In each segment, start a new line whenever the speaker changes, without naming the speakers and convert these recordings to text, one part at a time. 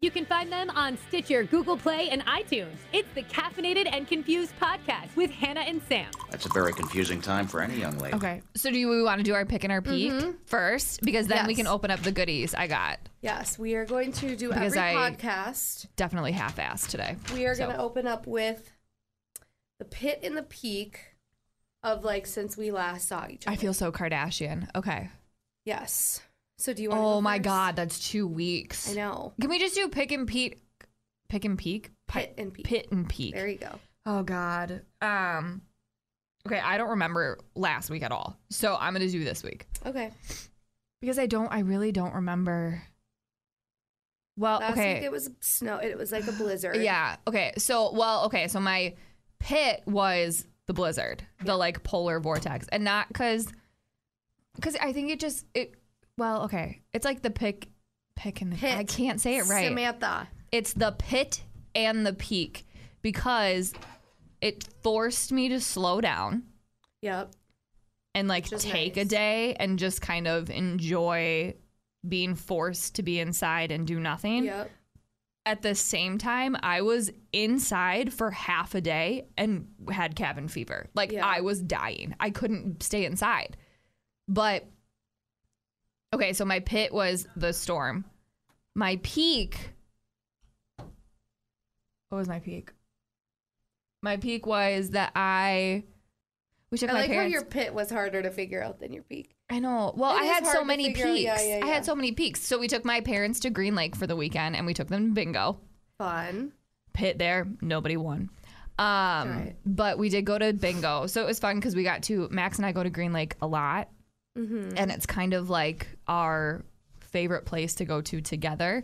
You can find them on Stitcher, Google Play, and iTunes. It's the Caffeinated and Confused podcast with Hannah and Sam.
That's a very confusing time for any young lady.
Okay. So do we want to do our pick and our peek first? Because then we
Mm-hmm. Yes.
can open up the goodies I got.
Yes, we are going to do
Because
every
I-
podcast.
Definitely half-assed today.
We are
So-
going to open up with the pit and the peak of like since we last saw each other.
I feel so Kardashian. Okay.
yes. So do you want?
Oh my God, that's two weeks.
I know.
Can we just do pick and peek? Pick and peek? Pi-
Pit and peak.
Pit and peek.
There you go.
Oh God. Um. Okay, I don't remember last week at all, so I'm gonna do this week
Okay.
because I don't. I really don't remember. Well,
Last
Oh, okay.
week it was snow. It was like a blizzard.
Yeah. Okay. So, well, okay. So my pit was the blizzard, the like polar vortex, and not because, because I think it just it. Well, okay. It's like the pick, pick and the.
Pit.
I can't say it right.
Samantha.
It's the pit and the peak because it forced me to slow down
Yep.
and like
Which is
take a
nice.
day and just kind of enjoy being forced to be inside and do nothing
Yep.
at the same time, I was inside for half a day and had cabin fever. Like
Yeah.
I was dying. I couldn't stay inside. But okay, so my pit was the storm. My peak. What was my peak? My peak was that I. We took
I
my
like
parents.
how your pit was harder to figure out than your peak.
I know. Well,
It
I
is
had
hard
so
to
many peaks.
figure out. Yeah, yeah,
I
yeah.
had so many peaks. So we took my parents to Green Lake for the weekend, and we took them to bingo
Fun.
pit there. Nobody won. Um,
Right.
But we did go to bingo. So it was fun because we got to, Max and I go to Green Lake a lot.
Mm-hmm.
And it's kind of like our favorite place to go to together.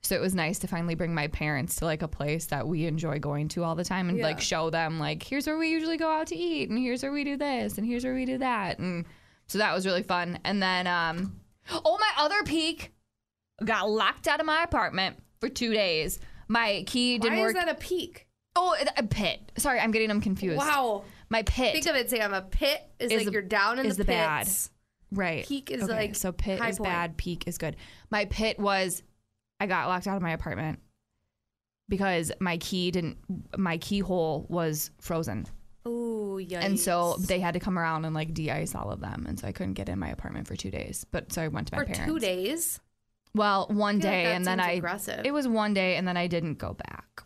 So it was nice to finally bring my parents to like a place that we enjoy going to all the time and like
Yeah.
show them like here's where we usually go out to eat and here's where we do this and here's where we do that and so that was really fun. And then um oh my other peak got locked out of my apartment for 2 days. My key didn't
Why
work.
is that a peak?
Oh, it- a pit. Sorry, I'm getting them confused.
Wow.
My pit.
Think of it, Sam. A pit is,
Is
like
the-
you're down in
is
the,
the bad.
pits.
right.
peak is like
so pit
high
is
point.
bad, peak is good. My pit was I got locked out of my apartment because my key didn't my keyhole was frozen.
Ooh, yikes.
And so they had to come around and like de-ice all of them, and so I couldn't get in my apartment for 2 days. But so I went to my
for
parents.
two days.
Well, one
feel like
day
that
and then
seems
I
aggressive.
It was one day and then I didn't go back.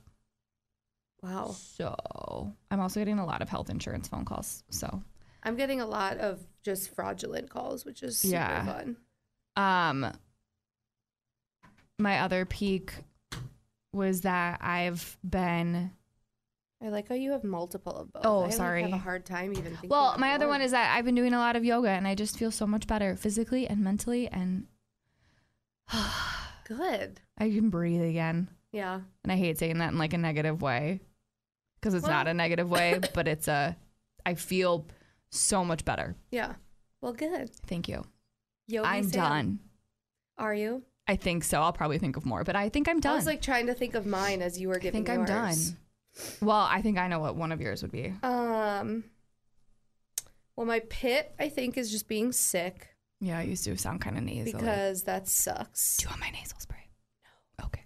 Wow.
So, I'm also getting a lot of health insurance phone calls. So,
I'm getting a lot of just fraudulent calls, which is super
Yeah.
fun.
Um, my other peak was that I've been.
I like how you have multiple of both.
Oh,
I, like,
sorry.
have a hard time even thinking.
Well,
of
my other one is that I've been doing a lot of yoga and I just feel so much better physically and mentally, and
good.
I can breathe again.
Yeah.
And I hate saying that in like a negative way because it's not
Well-
a negative way, but it's a. I feel so much better.
Yeah. Well, good.
Thank you.
Yogi
I'm
Sam,
done.
Are you?
I think so. I'll probably think of more, but I think I'm done.
I was like trying to think of mine as you were
I
giving
think I'm done.
yours.
Well, I think I know what one of yours would be.
Um. Well, my pit, I think, is just being sick
Yeah, I used to sound kind of nasally.
because that sucks.
Do you want my nasal spray? No. Okay.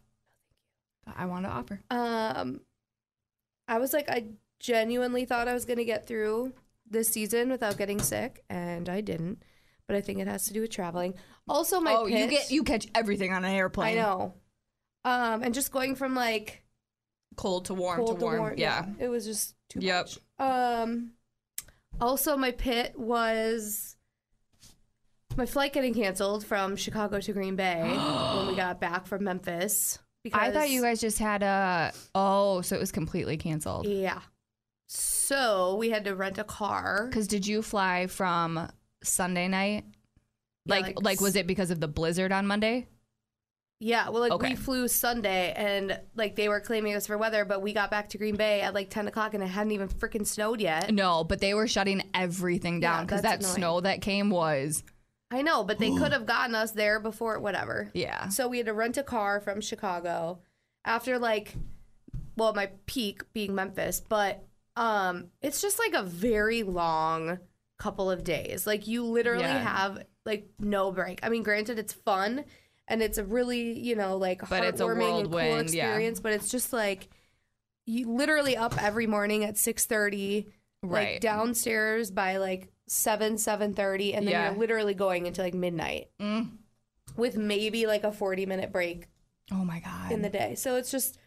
But I want to offer.
Um, I was like, I genuinely thought I was gonna get through this season without getting sick, and I didn't. But I think it has to do with traveling. Also, my
oh, you
pit-
get you catch everything on an airplane.
I know. Um, and just going from like
Cold to warm
cold
to warm. yeah.
yeah. it was just too
Yep.
much. Um, also, my pit was my flight getting canceled from Chicago to Green Bay when we got back from Memphis. Because
I thought you guys just had a oh, so it was completely canceled.
Yeah. So we had to rent a car.
Cuz did you fly from Sunday night?
Yeah,
Like, like was it because of the blizzard on Monday?
Yeah, well, like
Okay.
we flew Sunday, and like they were claiming us for weather, but we got back to Green Bay at like ten o'clock, and it hadn't even freaking snowed yet.
No, but they were shutting everything
Yeah,
down cuz that
that's annoying.
snow that came was
I know, but they could have gotten us there before whatever.
yeah.
So we had to rent a car from Chicago after like well, my peak being Memphis, but um it's just like a very long couple of days. Like you literally
Yeah.
have like no break. I mean, granted it's fun and it's a really you know like
But it's a
heartwarming and cool
whirlwind, yeah.
experience. But it's just like you literally up every morning at six thirty,
Right.
Like downstairs by like seven seven thirty, and then
Yeah. Mm.
you're literally going into like midnight with maybe like a forty minute break
Oh my god.
in the day. So it's just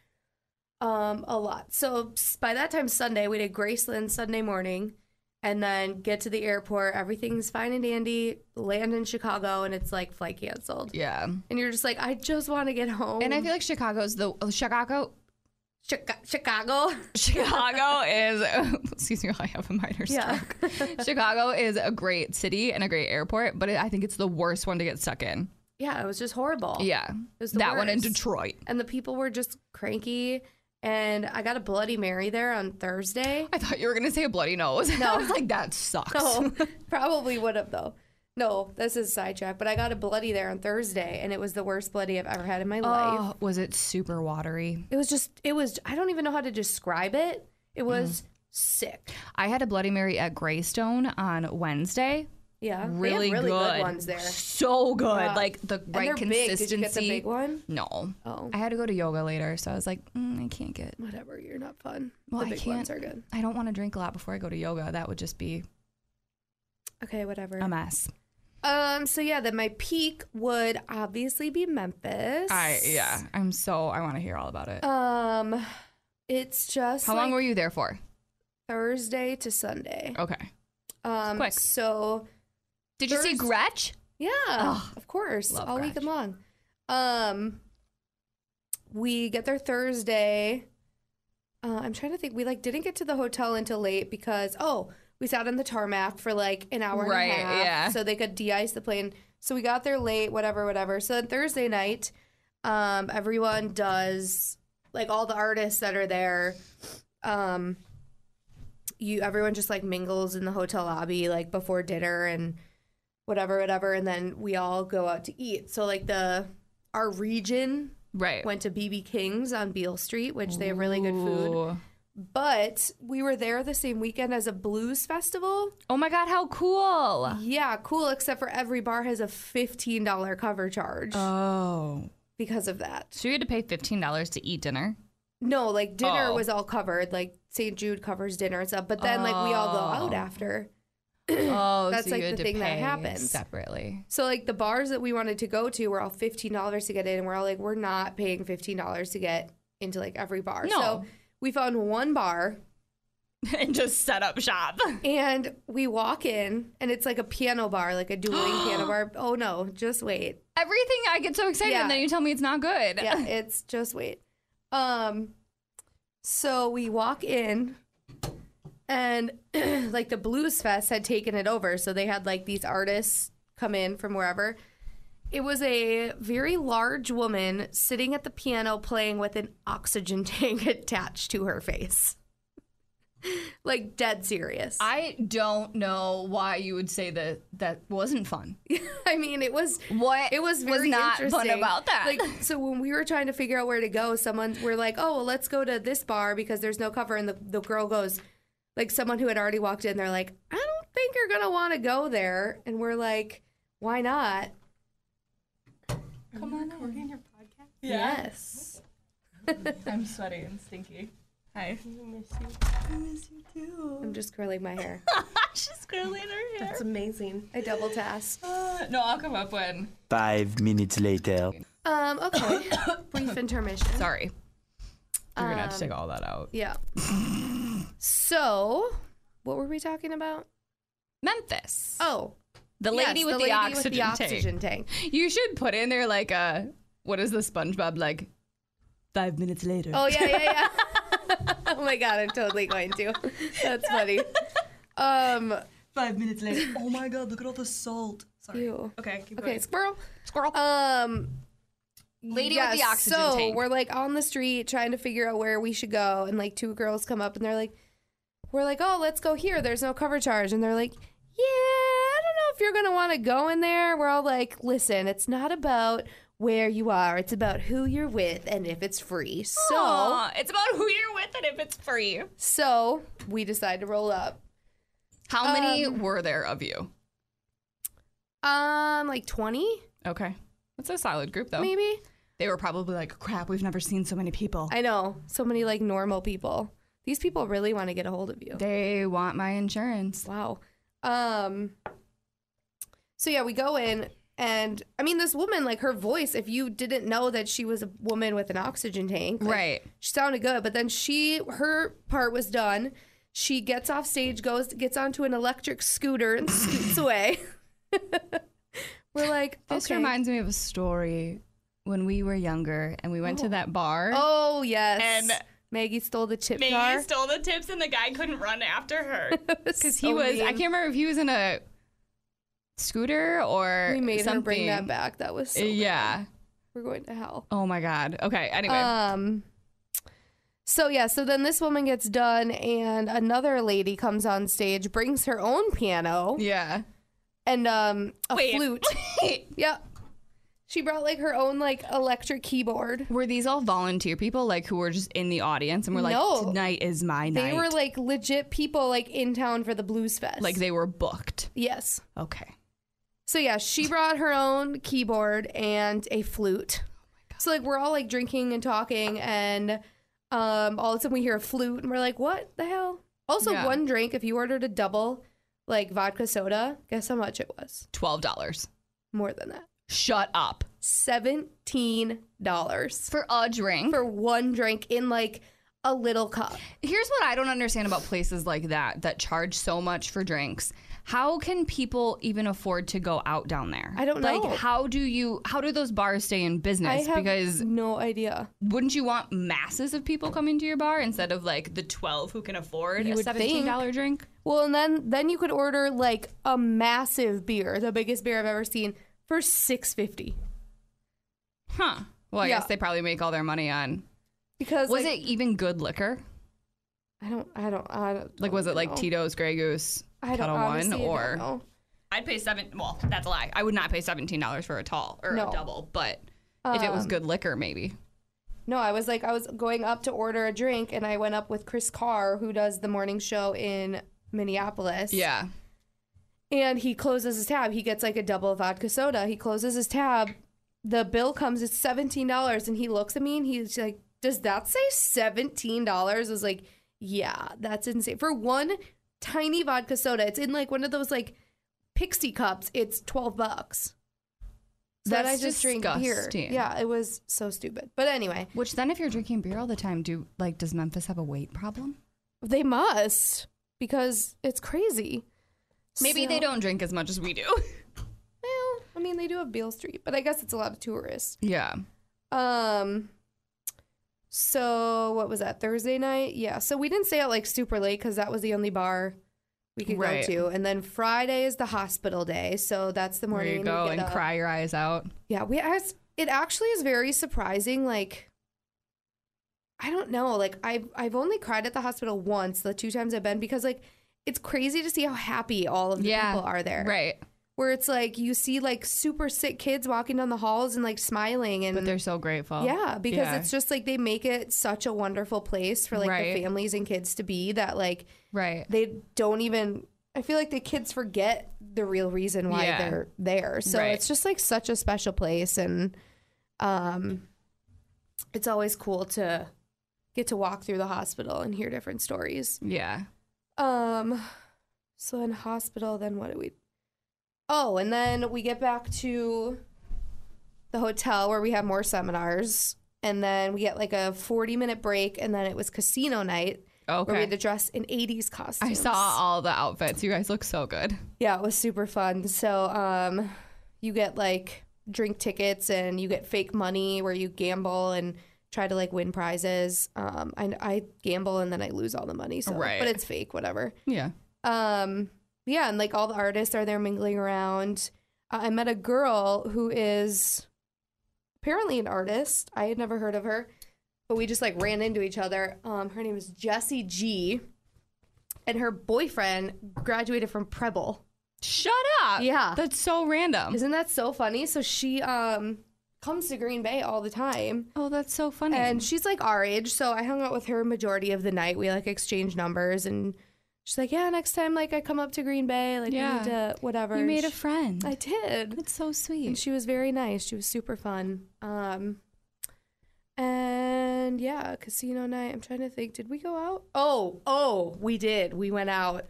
um, a lot. So s- by that time Sunday, we did Graceland Sunday morning, and then get to the airport. Everything's fine and dandy. Land in Chicago, and it's like flight canceled.
yeah.
And you're just like, I just want to get home.
And I feel like Chicago's the uh, Chicago.
Chica- Chicago.
Chicago is excuse me, I have a minor stroke.
Yeah.
Chicago is a great city and a great airport, but it, I think it's the worst one to get stuck in.
yeah, it was just horrible.
Yeah,
was Oh, the
that one in
worst.
Detroit.
And the people were just cranky. And I got a Bloody Mary there on Thursday.
I thought you were gonna say a bloody nose. No, I was like that sucks.
No, probably would have though. No, this is sidetrack. But I got a bloody there on Thursday, and it was the worst bloody I've ever had in my life.
Oh, was it super watery?
It was just, it was, I don't even know how to describe it. It was
Mm-hmm.
sick.
I had a Bloody Mary at Greystone on Wednesday.
Yeah.
Really,
they had really good.
good
ones there.
So good, like the
And
right
they're big.
consistency.
Did you get the big one?
No,
Oh,
I had to go to yoga later, so I was like, mm, I can't get.
whatever. You're not fun.
Well,
the
I
big
can't.
ones are good.
I don't want to drink a lot before I go to yoga. That would just be
Okay, whatever.
a
Um,
mess.
so yeah, then my peak would obviously be Memphis.
I yeah, I'm so I want to hear all about it.
Um, it's just
How long
like
were you there for?
Thursday to Sunday.
Okay.
Um,
quick.
So
Did you see
Thursday-
Gretch?
Yeah,
Ugh,
of course,
love
all week
Gretch.
long. Um, we get there Thursday. Uh, I'm trying to think. We like didn't get to the hotel until late because oh, we sat on the tarmac for like an hour
Right,
and a half,
yeah.
so they could de-ice the plane. So we got there late, whatever, whatever. So then Thursday night, um, everyone does like all the artists that are there. Um, you everyone just like mingles in the hotel lobby like before dinner and whatever, whatever, and then we all go out to eat. So like the our region
Right.
went to BB King's on Beale Street, which they have really good food.
Ooh.
But we were there the same weekend as a blues festival.
Oh my god, how cool!
Yeah, cool. Except for every bar has a fifteen dollar cover charge
Oh.
because of that.
So you had to pay fifteen dollars to eat dinner.
No, like dinner
Oh.
was all covered. Like St. Jude covers dinner and stuff. But then like we all go out after.
Oh,
That's,
so
like,
you had
the
to
thing that
pay
happens.
separately.
So like the bars that we wanted to go to were all fifteen dollars to get in, and we're all like, we're not paying fifteen dollars to get into like every bar.
No.
So we found one bar
and just set up shop.
and we walk in and it's like a piano bar, like a dueling piano bar. Oh no, just wait.
Everything I get so excited,
Yeah.
and then you tell me it's not good.
Yeah, it's just wait. Um so we walk in and like the Blues Fest had taken it over, so they had like these artists come in from wherever. It was a very large woman sitting at the piano playing with an oxygen tank attached to her face. like dead serious.
I don't know why you would say that that wasn't fun.
I mean, it was
What
it was
was
very
not fun
interesting.
about that?
Like, so when we were trying to figure out where to go, someone we're like, "Oh, well, let's go to this bar because there's no cover." And the the girl goes, like someone who had already walked in, they're like, "I don't think you're gonna want to go there," and we're like, "Why not?"
Come on, recording your podcast.
Yes.
I'm sweaty and stinky. Hi.
I'm just curling my hair.
She's curling her hair. Uh,
That's amazing.
I double tasked.
no, I'll come up when.
Five minutes later.
Um. Okay. Brief intermission.
Sorry. You're gonna have to take all that out.
Yeah. so, what were we talking about?
Memphis.
Oh,
the
yes,
lady, with, the
lady
oxygen
with the oxygen tank.
tank. You should put in there like a what is the SpongeBob like? Five minutes later.
Oh yeah, yeah, yeah. oh my god, I'm totally going to. That's funny. Um,
Five minutes later. Oh my god, look at all the salt. Sorry.
ew.
Okay, keep
Okay,
going.
squirrel.
Squirrel.
Um,
Lady
yeah,
with the oxygen
so
tank.
we're like on the street trying to figure out where we should go, and like two girls come up and they're like, "We're like, oh, let's go here. There's no cover charge," and they're like. Yeah, I don't know if you're gonna want to go in there. We're all like, listen, it's not about where you are; it's about who you're with and if it's free. So,
Aw, it's about who you're with and if it's free.
so we decide to roll up.
How many were there of you?
Um, like twenty.
Okay.
That's a solid group,
Oh.
though.
maybe.
They were probably like, crap, we've never seen so many people.
I know so many like normal people. These people really want to get a hold of you.
They want my insurance.
Wow. Um. So yeah, we go in, and I mean, this woman, like her voice. If you didn't know that she was a woman with an oxygen tank, like,
Right.
She sounded good, but then she her part was done. She gets off stage, goes gets onto an electric scooter and scoots away. We're like,
This
okay.
reminds me of a story when we were younger and we went to that bar.
Oh yes,
And-
Maggie stole the chip
Maggie
jar.
stole the tips and the guy couldn't run after her.
Because
he was, I can't remember if he was in a scooter or
We made
something. Uh,
her bring that back. That was so.
yeah.
We're going to hell.
Oh my God. Okay. Anyway.
Um. So yeah, so then this woman gets done, and another lady comes on stage, brings her own piano
yeah.
and um a
Wait.
flute. Yep. She brought like her own like electric keyboard.
Were these all volunteer people, like who were just in the audience and were like,
No.
tonight is my
They
night?
were like legit people like in town for the Blues Fest.
like they were booked.
yes.
Okay.
So yeah, she brought her own keyboard and a flute. So like we're all like drinking and talking, and um, all of a sudden we hear a flute, and we're like, "What the hell?" Also,
Yeah.
one drink if you ordered a double, like vodka soda, guess how much it was?
$12.
More than that,
Shut up.
seventeen dollars
For a drink.
for one drink in like a little cup.
Here's what I don't understand about places like that that charge so much for drinks. How can people even afford to go out down there?
I don't know.
Like, how do you? How do those bars stay in
I
business?
have
because
no idea.
wouldn't you want masses of people coming to your bar instead of like the twelve who can afford
You
a
would
seventeen dollar drink?
Well, and then then you could order like a massive beer, the biggest beer I've ever seen, for six fifty.
Huh. Well, I
Yeah.
guess they probably make all their money on.
Because
Was
like,
it even good liquor?
I don't. I don't. I don't
Like, was it like
know.
Tito's, Grey Goose,
I don't
Kettle One,
honestly don't
or
know.
I'd pay seven. Well, that's a lie. I would not pay seventeen dollars for a tall or
No.
a double, but if it was
Um,
good liquor, maybe.
No, I was like, I was going up to order a drink, and I went up with Chris Carr, who does the morning show in Minneapolis.
Yeah.
And he closes his tab. He gets like a double vodka soda. He closes his tab. The bill comes. It's seventeen dollars, and he looks at me, and he's like, "Does that say seventeen dollars?" I was like, "Yeah, that's insane for one tiny vodka soda. It's in like one of those like pixie cups. It's twelve bucks." So then I
That's
just drink beer.
disgusting.
Yeah, it was so stupid. But anyway,
Which then, if you're drinking beer all the time, do like does Memphis have a weight problem?
they must because it's crazy.
Maybe
So-
they don't drink as much as we do.
Well, I mean, they do have Beale Street, but I guess it's a lot of tourists.
yeah.
Um. So what was that Thursday night? Yeah. So we didn't stay out like super late because that was the only bar we could
Right.
go to. And then Friday is the hospital day, so that's the
Where
morning
you
we
go
get
and
up.
cry your eyes out.
Yeah, we asked. It actually is very surprising. Like, I don't know. Like, I've I've only cried at the hospital once. The two times I've been because like it's crazy to see how happy all of the
Yeah,
people are there.
Right.
Where it's like you see like super sick kids walking down the halls and like smiling and
But they're so grateful.
yeah, because
Yeah.
it's just like they make it such a wonderful place for like
Right.
the families and kids to be that like
Right.
they don't even I feel like the kids forget the real reason why
Yeah.
they're there. So
Right.
it's just like such a special place and um it's always cool to get to walk through the hospital and hear different stories.
Yeah.
Um so in hospital then what do we Oh, and then we get back to the hotel where we have more seminars and then we get like a 40 minute break and then it was casino night where we
Okay.
had to dress in 80s costumes.
I saw all the outfits. You guys look so good.
Yeah, it was super fun. So, um, you get like drink tickets and you get fake money where you gamble and try to like win prizes. Um, I, I gamble and then I lose all the money. So,
Right.
but it's fake, whatever.
Yeah.
Um, yeah, and like all the artists are there mingling around. Uh, I met a girl who is apparently an artist. I had never heard of her, but we just like ran into each other. Um, her name is Jessie G, and her boyfriend graduated from Preble.
Shut up.
Yeah.
That's so random.
Isn't that so funny? So she um comes to Green Bay all the time.
oh, that's so funny.
And she's like our age, so I hung out with her majority of the night. We like exchanged numbers and She's like, yeah, next time like I come up to Green Bay, like we
Yeah.
need to whatever.
You made a
She-
friend.
I did.
That's so
And
sweet.
she was very nice. She was super fun. Um, and yeah, casino night. I'm trying to think. Did we go out? Oh, oh, we did. We went out.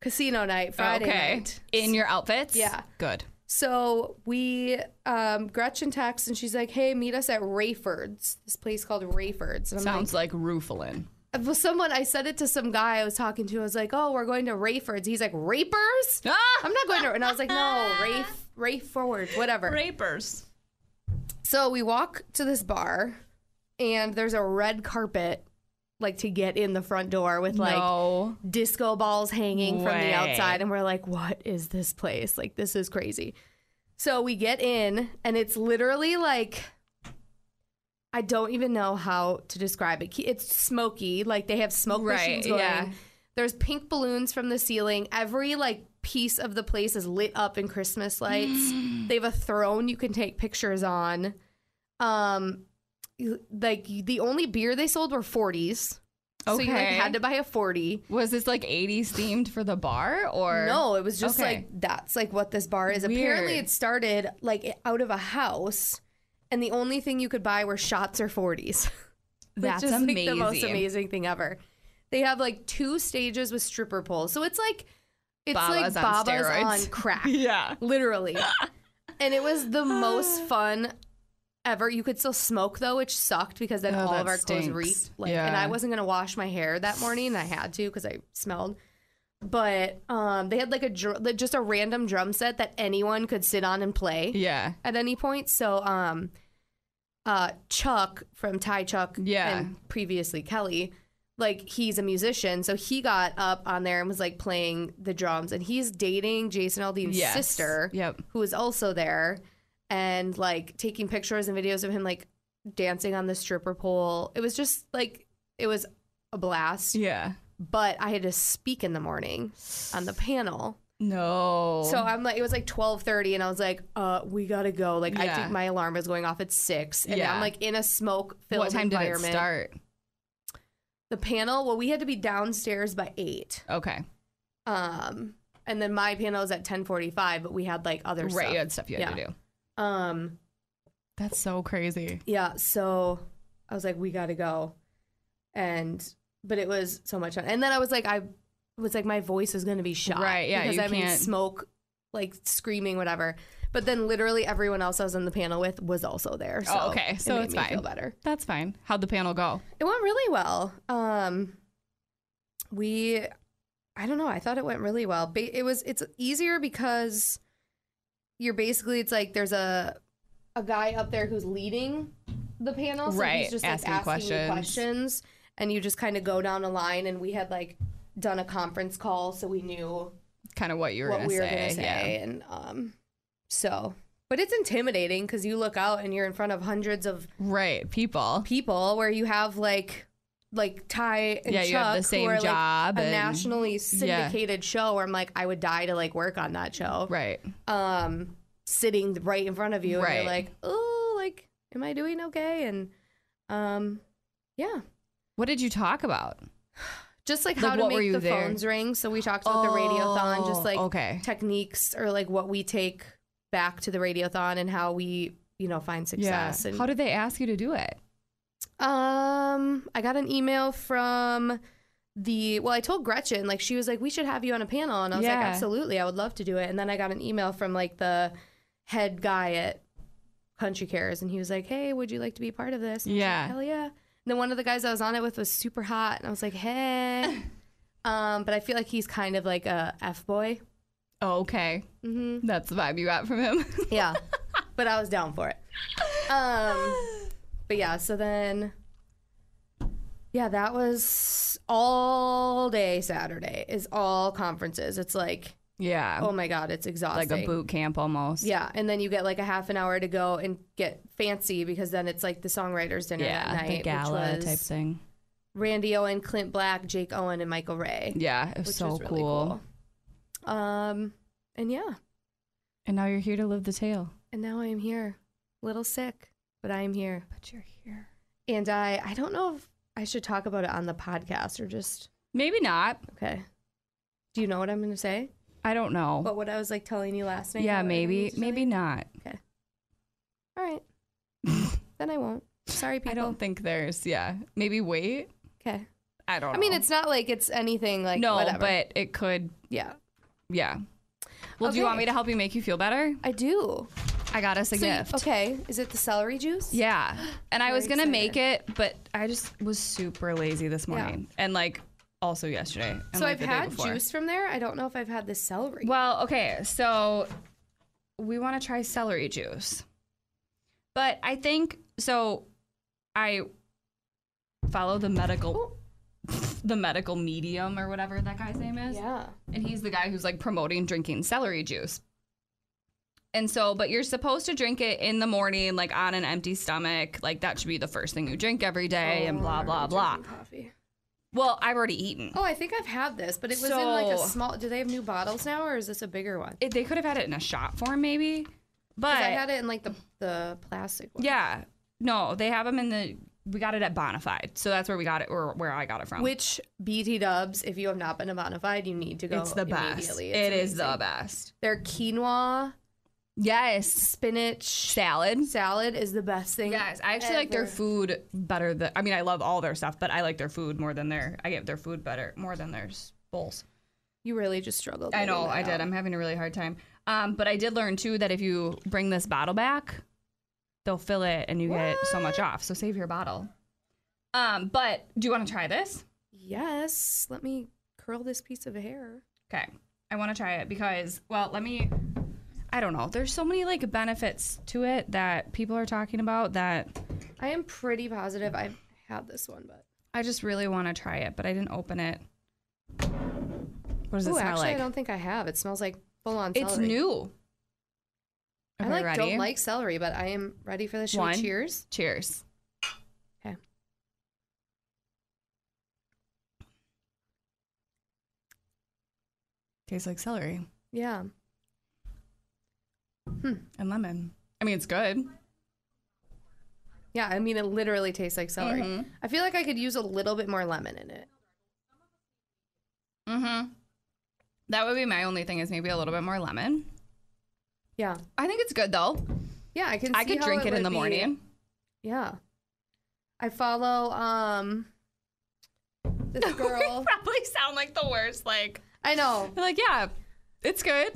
Casino night, Friday
okay.
night.
In your outfits?
Yeah.
Good.
So we, um, Gretchen texts and she's like, "Hey, meet us at Rayford's. This place called Rayford's." And I'm
Sounds like Rufalin.
like, well, someone I said it to some guy I was talking to. I was like, "Oh, we're going to Rayford's." He's like, "Rapers?
Ah!
I'm not going to." And I was like, "No, Rafe, Rafe Forward, whatever."
Rapers.
So we walk to this bar, and there's a red carpet, like to get in the front door with like
no.
disco balls hanging from the
Way.
outside and we're like what is this place like this is crazy so we get in and it's literally like i don't even know how to describe it it's smoky like they have smoke
Right,
machines going
yeah.
there's pink balloons from the ceiling every like piece of the place is lit up in christmas lights
Mm.
they have a throne you can take pictures on um you- like the only beer they sold were 40s so you like
Okay.
had to buy a 40
Was this like 80s themed for the bar or?
no, it was just
Okay.
like that's like what this bar is. Apparently,
Weird.
it started like out of a house, and the only thing you could buy were shots or forties.
That's
which is, Like, the most
amazing.
amazing thing ever. They have like two stages with stripper poles, so it's like it's
Baba's
like
on
Baba's on,
steroids.
crack,
Yeah.
literally. and it was the most fun ever. You could still smoke though, which sucked because then
Oh,
all
that
of our clothes
stinks.
reeked. Like, and
Yeah.
I wasn't gonna wash my hair that morning, and I had to because I smelled but um, they had like a dr- like, just a random drum set that anyone could sit on and play
Yeah.
at any point. So um, uh, Chuck from Ty Chuck
Yeah.
and previously Kelly, like he's a musician, so he got up on there and was like playing the drums, and he's dating Jason Aldean's
Yes.
sister,
Yep.
who is also there, and like taking pictures and videos of him like dancing on the stripper pole. It was just like it was a blast
Yeah.
but I had to speak in the morning on the panel.
No.
So I'm like, it was like 12:30, and I was like, "Uh, we gotta go." Like, I
Yeah.
think my alarm was going off at six, and
Yeah.
I'm like in a smoke-filled
what time did it
environment.
start?
The panel. Well, we had to be downstairs by eight,
Okay.
um, and then my panel was at 10:45, but we had like other
right.
stuff.
You had stuff you had to do.
do. Um,
That's so crazy.
yeah. So I was like, "We gotta go," and but it was so much fun. And then I was like, I was like, my voice is gonna be shot,
Right, yeah,
because
you
I mean,
can't-
smoke, like screaming, whatever. But then literally everyone else I was on the panel with was also there. So
Oh, okay. So
it made
it's
me Feel
fine.
better.
That's fine. How'd the panel go?
It went really well. Um, we, I don't know. I thought it went really well. Ba- it was. It's easier because you're basically. It's like there's a a guy up there who's leading the panel, so
Right,
He's just
asking
like, asking you
questions.
questions, and you just kind of go down the line. And we had like done a conference call, so we knew
Kind of what you were
what
gonna
we were
say.
gonna say, and um, so. But it's intimidating because you look out and you're in front of hundreds of
Yeah. Right. People.
people where you have like like Ty and
Yeah,
Chuck
you have the same
who are
job
like a
and-
nationally
Yeah.
syndicated show where I'm like I would die to like work on that show.
Right.
Um sitting right in front of you and
Right.
you're like, "Oh, like am I doing okay?" and um yeah.
What did you talk about?
Just like
Like,
how to
what were
make
you
the
there?
phones ring. So we talked about the radiothon, just
Oh,
like
okay.
techniques or like what we take back to the radiothon and how we, you know, find success. And
How did they ask you to do it?
Um, I got an email from the well, I told Gretchen like she was like we should have you on a panel, and I was like
Yeah.
absolutely, I would love to do it. And then I got an email from like the head guy at Country Cares, and he was like, hey, would you like to be part of this? And I was like,
Yeah.
hell yeah. And then one of the guys I was on it with was super hot, and I was like, hey. Um, but I feel like he's kind of like a f boy.
Oh, okay. Mm-hmm. That's the vibe you got from him.
Yeah. but I was down for it. Um but yeah, so then yeah, that was all day Saturday is all conferences. It's like,
yeah.
oh my god, it's exhausting.
like a boot camp almost.
Yeah, and then you get like a half an hour to go and get fancy because then it's like the songwriters dinner
Yeah.
that night,
the gala
which was
type thing.
Randy Owen, Clint Black, Jake Owen, and Michael Ray,
Yeah. It was
which
so
was really
cool.
cool. Um, and yeah,
And now you're here to live the tale.
and now I am here, little sick, but I am here.
But you're here.
and I I don't know if I should talk about it on the podcast or just
Maybe not.
okay. Do you know what I'm going to say?
I don't know.
But what I was like telling you last night.
yeah,
how I
maybe,
used to
maybe
like-
not.
All right. then I won't. Sorry, people.
I don't think there's. Yeah, maybe wait.
Okay.
I don't.
I mean,
know.
it's not like it's anything like
no,
whatever.
but it could.
yeah,
Yeah. Well, do you want
Okay.
me to help you make you feel better?
I do.
I got us a
So you-
gift.
okay, is it the celery juice?
Yeah. And I was
Very
going to make it, but I just was super lazy this morning. And like also yesterday. And
So
like
I've
the day
had
before.
juice from there. I don't know if I've had the celery.
Well, okay. So we want to try celery juice. But I think so I follow the medical the medical medium or whatever that guy's name is.
yeah.
and he's the guy who's like promoting drinking celery juice. And so, but you're supposed to drink it in the morning, like on an empty stomach. Like that should be the first thing you drink every day,
Oh,
and blah, blah, blah.
Coffee.
Well, I've already eaten.
Oh, I think I've had this, but it was in like a
So-
small. Do they have new bottles now, or is this a bigger one? 'Cause
It, they could have had it in a shot form, maybe. But
I had it in like the the plastic one.
yeah, no, they have them in the. We got it at Bonafide, so that's where we got it, or where I got it from.
Which BT Dubs, if you have not been to Bonafide, you need to go.
it's the best.
immediately.
It is the
amazing.
best.
Their quinoa
Yes,
spinach
salad.
salad is the best thing.
Yes, I actually like their
ever.
food better than. I mean, I love all their stuff, but I like their food more than their. I get their food better more than their s- bowls.
You really just struggled.
I know,
getting that
I did.
out.
I'm having a really hard time. Um, but I did learn too that if you bring this bottle back, they'll fill it and you get so much off. So save your bottle. Um, but do you want to try this?
Yes, let me curl this piece of hair.
Okay, I want to try it because well, let me. I don't know. There's so many like benefits to it that people are talking about that
I am pretty positive I've had this one, but
I just really want to try it, but I didn't open it. What does it
Ooh,
smell
actually,
like?
I don't think I have. It smells like full on.
it's
celery.
new.
I
Okay,
like
ready?
don't like celery, but I am ready for this. Should
One.
we cheers?
Cheers.
Okay.
Tastes like celery
Yeah.
and lemon. I mean, it's good.
Yeah, I mean, it literally tastes like celery. I feel like I could use a little bit more lemon in it.
Mm-hmm. That would be my only thing is maybe a little bit more lemon.
Yeah.
I think it's good though.
Yeah, I can.
I
see
could
how
drink it in
would
the
be-
morning.
Yeah. I follow um this girl.
Probably sound like the worst. Like
I know.
Like, yeah, it's good.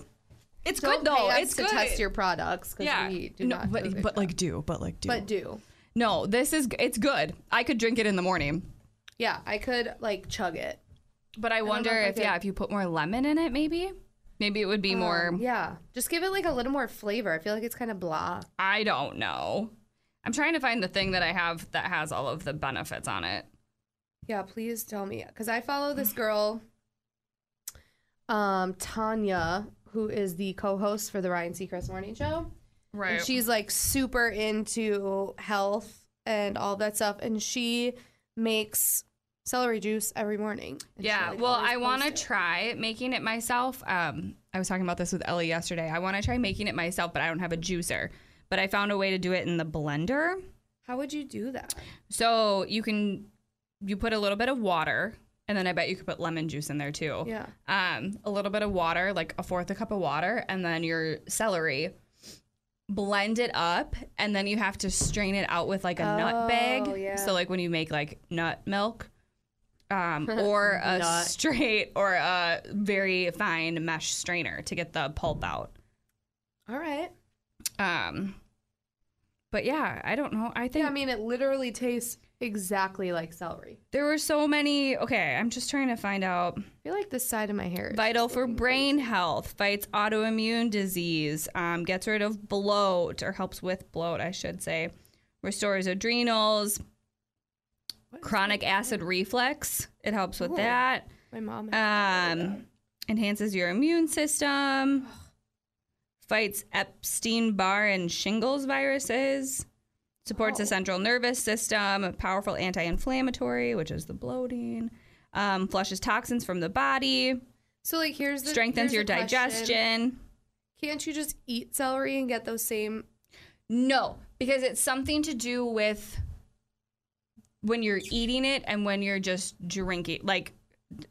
It's
Don't
good though.
pay us
it's
to
good.
test your products because
yeah.
we do
No,
not. do a
but,
good
but
job.
like do, but like do.
but do.
No, this is it's good. I could drink it in the morning.
Yeah, I could like chug it.
But I wonder
know if I
if, yeah,
could-
if you put more lemon in it, maybe, maybe it would be more.
Um, yeah, just give it like a little more flavor. I feel like it's kind of blah.
I don't know. I'm trying to find the thing that I have that has all of the benefits on it.
Yeah, please tell me because I follow this girl, um, Tanya, who is the co-host for the Ryan Seacrest Morning Show.
Right.
And she's like super into health and all that stuff, and she makes celery juice every morning. And she,
yeah.
like,
well,
always
I want to
posts it.
try making it myself. Um, I was talking about this with Ellie yesterday. I want to try making it myself, but I don't have a juicer. But I found a way to do it in the blender.
How would you do that?
So you can you put a little bit of water, and then I bet you could put lemon juice in there too.
Yeah.
Um, a little bit of water, like a fourth a cup of water, and then your celery. Blend it up, and then you have to strain it out with like a nut
Oh,
bag.
yeah.
So like when you make like nut milk, um, or a straight or a very fine mesh strainer to get the pulp out.
All right.
Um, but yeah, I don't know. I think
Yeah, I mean, it literally tastes exactly like celery.
There were so many. Okay, I'm just trying to find out.
I feel like this side of my hair. is
Vital
just
for
looking
brain health, fights autoimmune disease, um, gets rid of bloat or helps with bloat, I should say, restores adrenals, chronic acid reflux. It helps with that.
My mom.
uh,
had it.
Um, enhances your immune system, fights Epstein Barr and shingles viruses, supports the central nervous system, a powerful anti inflammatory, which is the bloating, um, flushes toxins from the body,
so like, here's the
strengthens
here's
your
the question.
digestion.
Can't you just eat celery and get those same?
No, because it's something to do with when you're eating it and when you're just drinking. Like,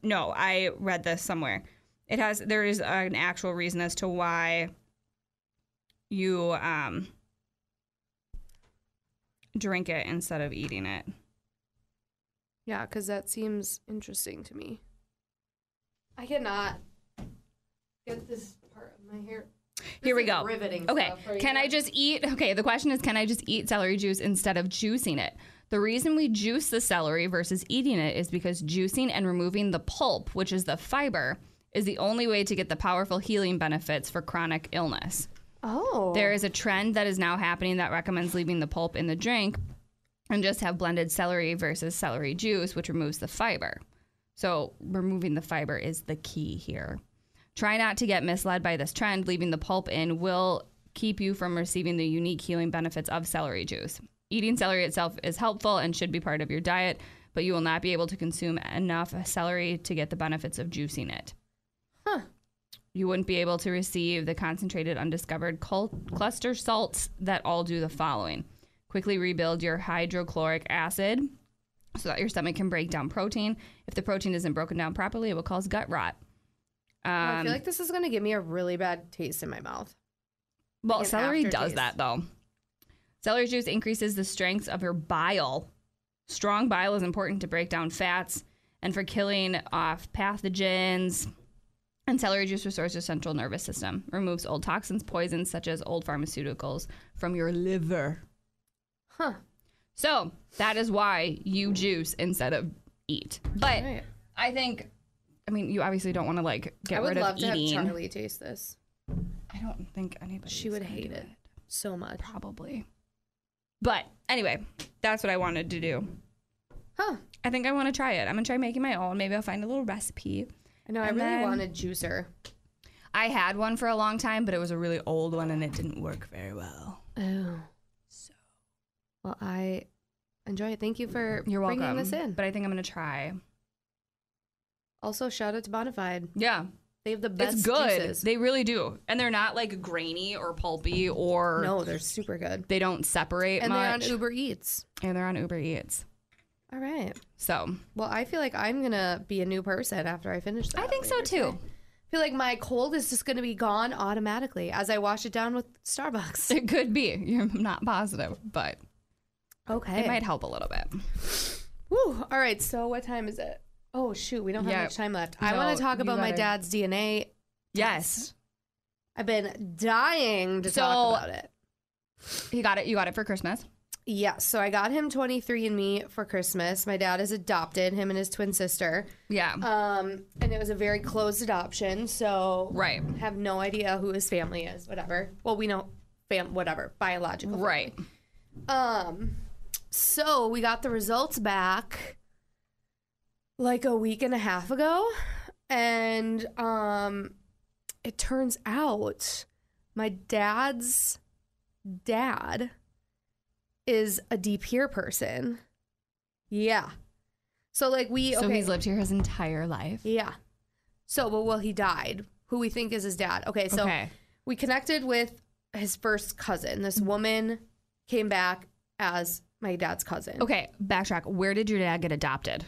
no, I read this somewhere. It has there is an actual reason as to why you um drink it instead of eating it.
Yeah, because that seems interesting to me. I cannot get this part of my hair.
Here we
is
go.
riveting
Okay.
stuff right
can I
here.
just eat? Okay. The question is, can I just eat celery juice instead of juicing it? The reason we juice the celery versus eating it is because juicing and removing the pulp, which is the fiber, is the only way to get the powerful healing benefits for chronic illness.
Oh.
There is a trend that is now happening that recommends leaving the pulp in the drink and just have blended celery versus celery juice, which removes the fiber. So, removing the fiber is the key here. Try not to get misled by this trend. Leaving the pulp in will keep you from receiving the unique healing benefits of celery juice. Eating celery itself is helpful and should be part of your diet, but you will not be able to consume enough celery to get the benefits of juicing it. You wouldn't be able to receive the concentrated undiscovered cul- cluster salts that all do the following quickly rebuild your hydrochloric acid so that your stomach can break down protein. If the protein isn't broken down properly, it will cause gut rot.
I
Um,
feel like this is going to give me a really bad taste in my mouth.
Well,
like an
celery does
aftertaste.
that though. Celery juice increases the strength of your bile. Strong bile is important to break down fats and for killing off pathogens. And celery juice restores your central nervous system, removes old toxins, poisons such as old pharmaceuticals from your liver.
Huh.
So that is why you juice instead of eat. But I think, I mean, you obviously don't want to like get
I would
rid of
love to
eating.
have Charlie taste this
I don't think anybody.
She would hate it. so much.
Probably. But anyway, that's what I wanted to do.
Huh.
I think I want to try it. I'm gonna try making my own. Maybe I'll find a little recipe.
I know. I
And
really
then-
want a juicer.
I had one for a long time, but it was a really old one and it didn't work very well.
Oh. So. Well, I enjoy it. Thank you for
You're welcome.
bringing this in.
But I think I'm gonna try.
Also, shout out to Bonafide.
Yeah,
They have the best
it's good.
juices.
They really do, and they're not like grainy or pulpy or
no, they're super good.
They don't separate
And they're on
much,
Uber Eats.
and they're on Uber Eats.
All right.
So
Well, I feel like I'm gonna be a new person after I finish that.
I think so
later
too.
today. I feel like my cold is just gonna be gone automatically as I wash it down with Starbucks.
It could be. You're not positive, but
Okay.
it might help a little bit.
Woo. All right. So what time is it? Oh shoot, we don't have
Yeah.
much time left. I want
No,
to talk
you
about my
gotta-
dad's DNA.
Yes.
I've been dying to
So-
talk about it.
He got it. You got it for Christmas.
Yeah, so I got him 23andMe for Christmas. My dad is adopted, him and his twin sister.
Yeah.
Um, and it was a very closed adoption, so
Right.
have no idea who his family is, whatever. Well, we know fam whatever, biological. family.
right.
Um so we got the results back like a week and a half ago and um it turns out my dad's dad is a deep here person. Yeah. So like we
So
okay.
he's lived here his entire life.
Yeah. So, well, well, he died. Who we think is his dad. Okay, so
Okay. Mm-hmm.
we connected with his first cousin. This woman came back as my dad's cousin.
Okay. Backtrack. Where did your dad get adopted?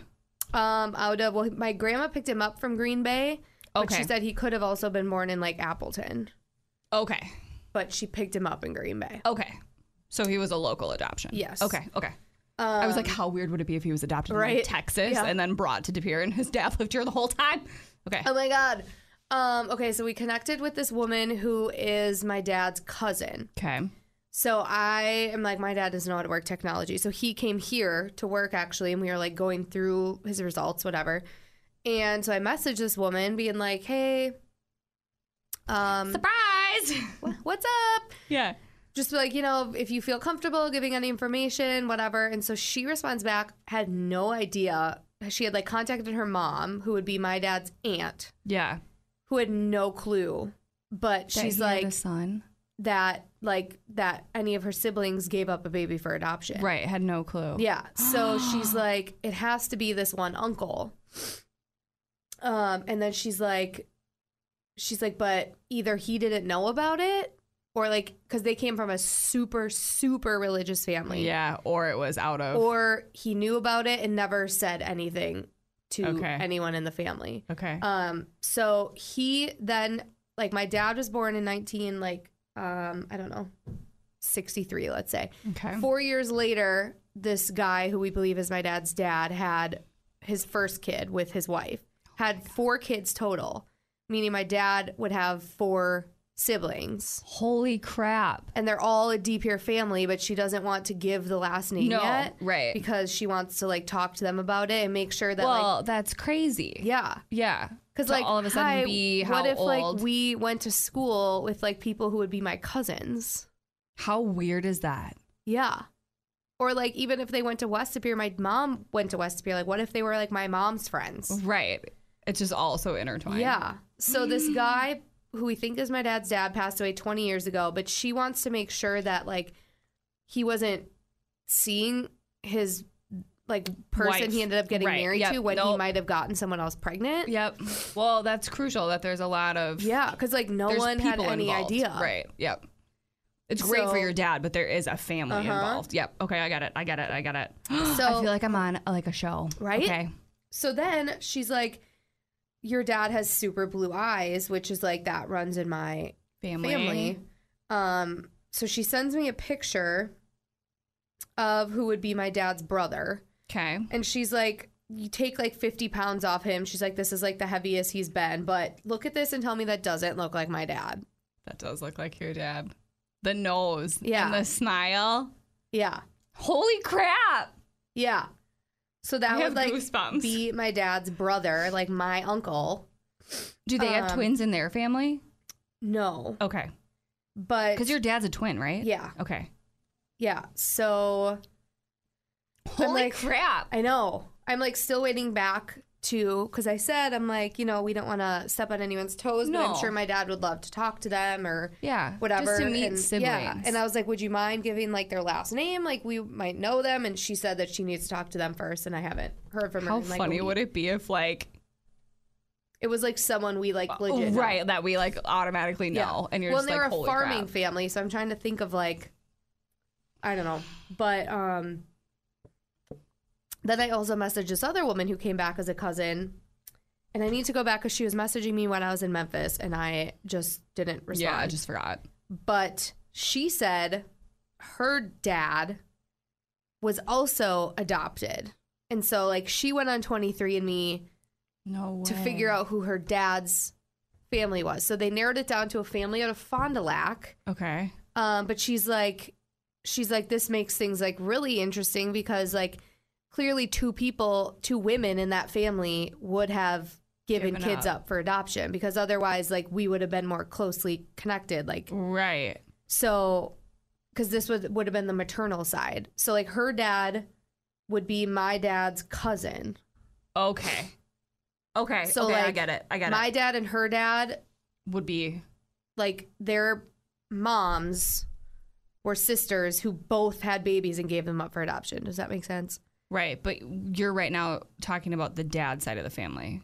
Um, out of well, my grandma picked him up from Green Bay. But
Okay.
She said he could have also been born in like Appleton,
Okay.
but she picked him up in Green Bay.
Okay. So he was a local adoption.
Yes.
Okay. Okay.
Um,
I was like, how weird would it be if he was adopted in
right.
like, Texas
Yeah.
and then brought to De Pere and his dad lived here the whole time? Okay.
Oh my god. Um, okay, so we connected with this woman who is my dad's cousin.
Okay.
So I am like, my dad doesn't know how to work technology. So he came here to work actually, and we were like going through his results, whatever. And so I messaged this woman being like, hey, um,
Surprise.
wh- what's up?
yeah.
Just like, you know, if you feel comfortable giving any information, whatever. And so she responds back, had no idea. She had like contacted her mom, who would be my dad's aunt,
Yeah.
who had no clue. But
That
she's
he had
like,
a son.
that, like, that any of her siblings gave up a baby for adoption.
Right. Had no clue.
Yeah. So she's like, it has to be this one uncle. Um, and then she's like, she's like, but either he didn't know about it or like, because they came from a super, super religious family.
Yeah. Or it was out of.
Or he knew about it and never said anything to
Okay.
anyone in the family.
Okay.
Um, so he then like my dad was born in nineteen like um I don't know sixty three let's say.
Okay.
Four years later, this guy who we believe is my dad's dad had his first kid with his wife. Had four kids total, meaning my dad would have four siblings,
Holy crap.
and they're all a D peer family. But she doesn't want to give the last name
No,
yet,
right.
Because she wants to like talk to them about it and make sure that
well,
like
that's crazy.
yeah,
Yeah.
because
To
like
all of a sudden
hi,
be how
what if
old?
like we went to school with like people who would be my cousins?
how weird is that?
Yeah. Or like even if they went to Westapir, my mom went to Westapir. Like what if they were like my mom's
Oh,
friends?
Right.
It's just all so intertwined.
Yeah. So this guy who we think is my dad's dad passed away 20 years ago, but she wants to make sure that like he wasn't seeing his like person
Wife.
he ended up getting
Right.
married
Yep.
to when he
Nope.
might have gotten someone else pregnant.
Yep. Well, that's crucial that there's a lot of
Yeah, because like no
there's
one had
people
any
involved.
idea.
Right. Yep. It's great for
So-
your dad, but there is a family
Uh-huh.
involved. Yep. Okay, I got it. I got it. I got it.
So
I feel like I'm on uh, like a show.
Right?
Okay.
So then she's like, Your dad has super blue eyes, which is like that runs in my
Family.
family. Um, so she sends me a picture of who would be my dad's brother.
Okay.
And she's like, You take like 50 pounds off him. She's like, This is like the heaviest he's been. But look at this and tell me that doesn't look like my dad.
That does look like your dad. The nose.
Yeah.
And the smile.
Yeah.
Holy crap.
Yeah. So that
I have
would like
goosebumps.
be my dad's brother, like my uncle.
Do they have
Um,
twins in their family?
No.
Okay.
But
Because your dad's a twin, right?
Yeah.
Okay.
Yeah. So
Holy
like-
crap.
I know. I'm like still waiting back to because I said I'm like you know we don't want to step on anyone's toes, but I'm
No.
sure my dad would love to talk to them or
Yeah, just
whatever.
to meet
and, Yeah.
siblings.
And I was like, would you mind giving like their last name? Like we might know them. And she said that she needs to talk to them first, and I haven't heard from her.
How
in, like,
funny
a
would
week.
it be if like
It was like someone we like legit know.
Uh, right that we like automatically know and you're
well,
just
and they
like
were
holy
a farming
crap.
family, so I'm trying to think of like, I don't know, but um, then I also messaged this other woman who came back as a cousin, and I need to go back because she was messaging me when I was in Memphis, and I just didn't respond.
Yeah, I just forgot.
but she said her dad was also adopted, and so like she went on 23andMe
No way.
to figure out who her dad's family was, so they narrowed it down to a family out of Fond du Lac.
Okay.
Um, but she's like, she's like, this makes things like really interesting because like clearly two people, two women in that family would have given,
Given
kids up. for adoption because otherwise like we would have been more closely connected. Like
Right.
so, because this would would have been the maternal side. So like her dad would be my dad's cousin.
Okay. Okay.
So
okay,
like
I get it. I get
my
it.
dad and her dad
Would be
like their moms were sisters who both had babies and gave them up for adoption. Does that make sense?
right, but you're right now talking about the dad side of the family.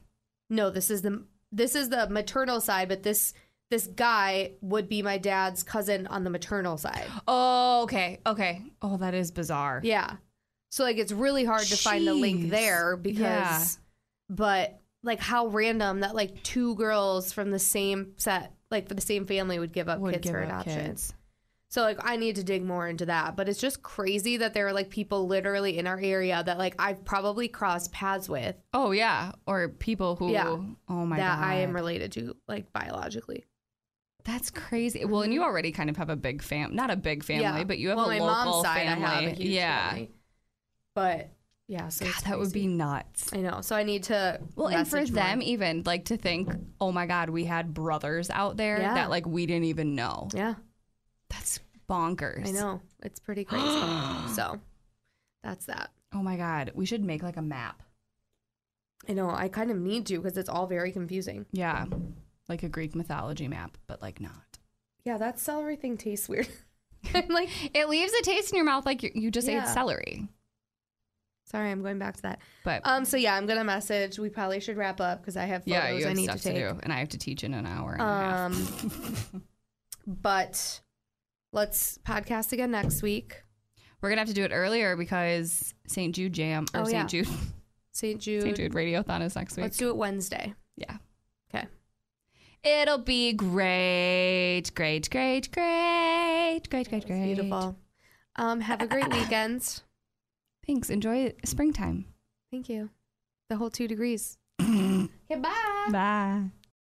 No, this is the this is the maternal side, but this this guy would be my dad's cousin on the maternal side.
Oh, okay. Okay. Oh, that is bizarre.
Yeah. So like it's really hard to find the
Jeez.
link there because
Yeah.
but like how random that like two girls from the same set like for the same family would give up
Would
kids
give
for
up
adoption.
kids.
So like I need to dig more into that, but it's just crazy that there are like people literally in our area that like I've probably crossed paths with
Oh, yeah. Or people who
Yeah.
Oh my
that
god.
I am related to like biologically.
That's crazy. Well, and you already kind of have a big fam, not a big family,
yeah.
but you have
well,
a
my
local
mom's side
family.
I have a huge
yeah.
family. But yeah, so
God,
it's
that would be
crazy.
nuts.
I know. So I need to
Well, and for
message more.
them even like to think, oh my God, we had brothers out there
Yeah.
that like we didn't even know.
Yeah.
That's bonkers.
I know. It's pretty crazy. so that's that.
Oh my God, we should make like a map.
I know. I kind of need to because it's all very confusing.
Yeah, like a Greek mythology map, but like not.
Yeah, that celery thing tastes weird. I'm like,
It leaves a taste in your mouth like you, you just ate
Yeah.
celery.
sorry, I'm going back to that.
But
Um, so yeah, I'm gonna message. We probably should wrap up because I have photos
yeah, you
I
have
need
stuff
to take.
do, and I have to teach in an hour and a
Um,
half.
but let's podcast again next week.
We're gonna have to do it earlier because St. Jude Jam or
Oh,
St.
yeah.
Jude
St. Jude.
St. Jude Radiothon is next week.
Let's do it Wednesday.
yeah.
Okay.
It'll be great, great, great, great, great, great, great.
Beautiful. Um, have a great weekend.
Thanks. Enjoy springtime.
Thank you. The whole two degrees.
Bye.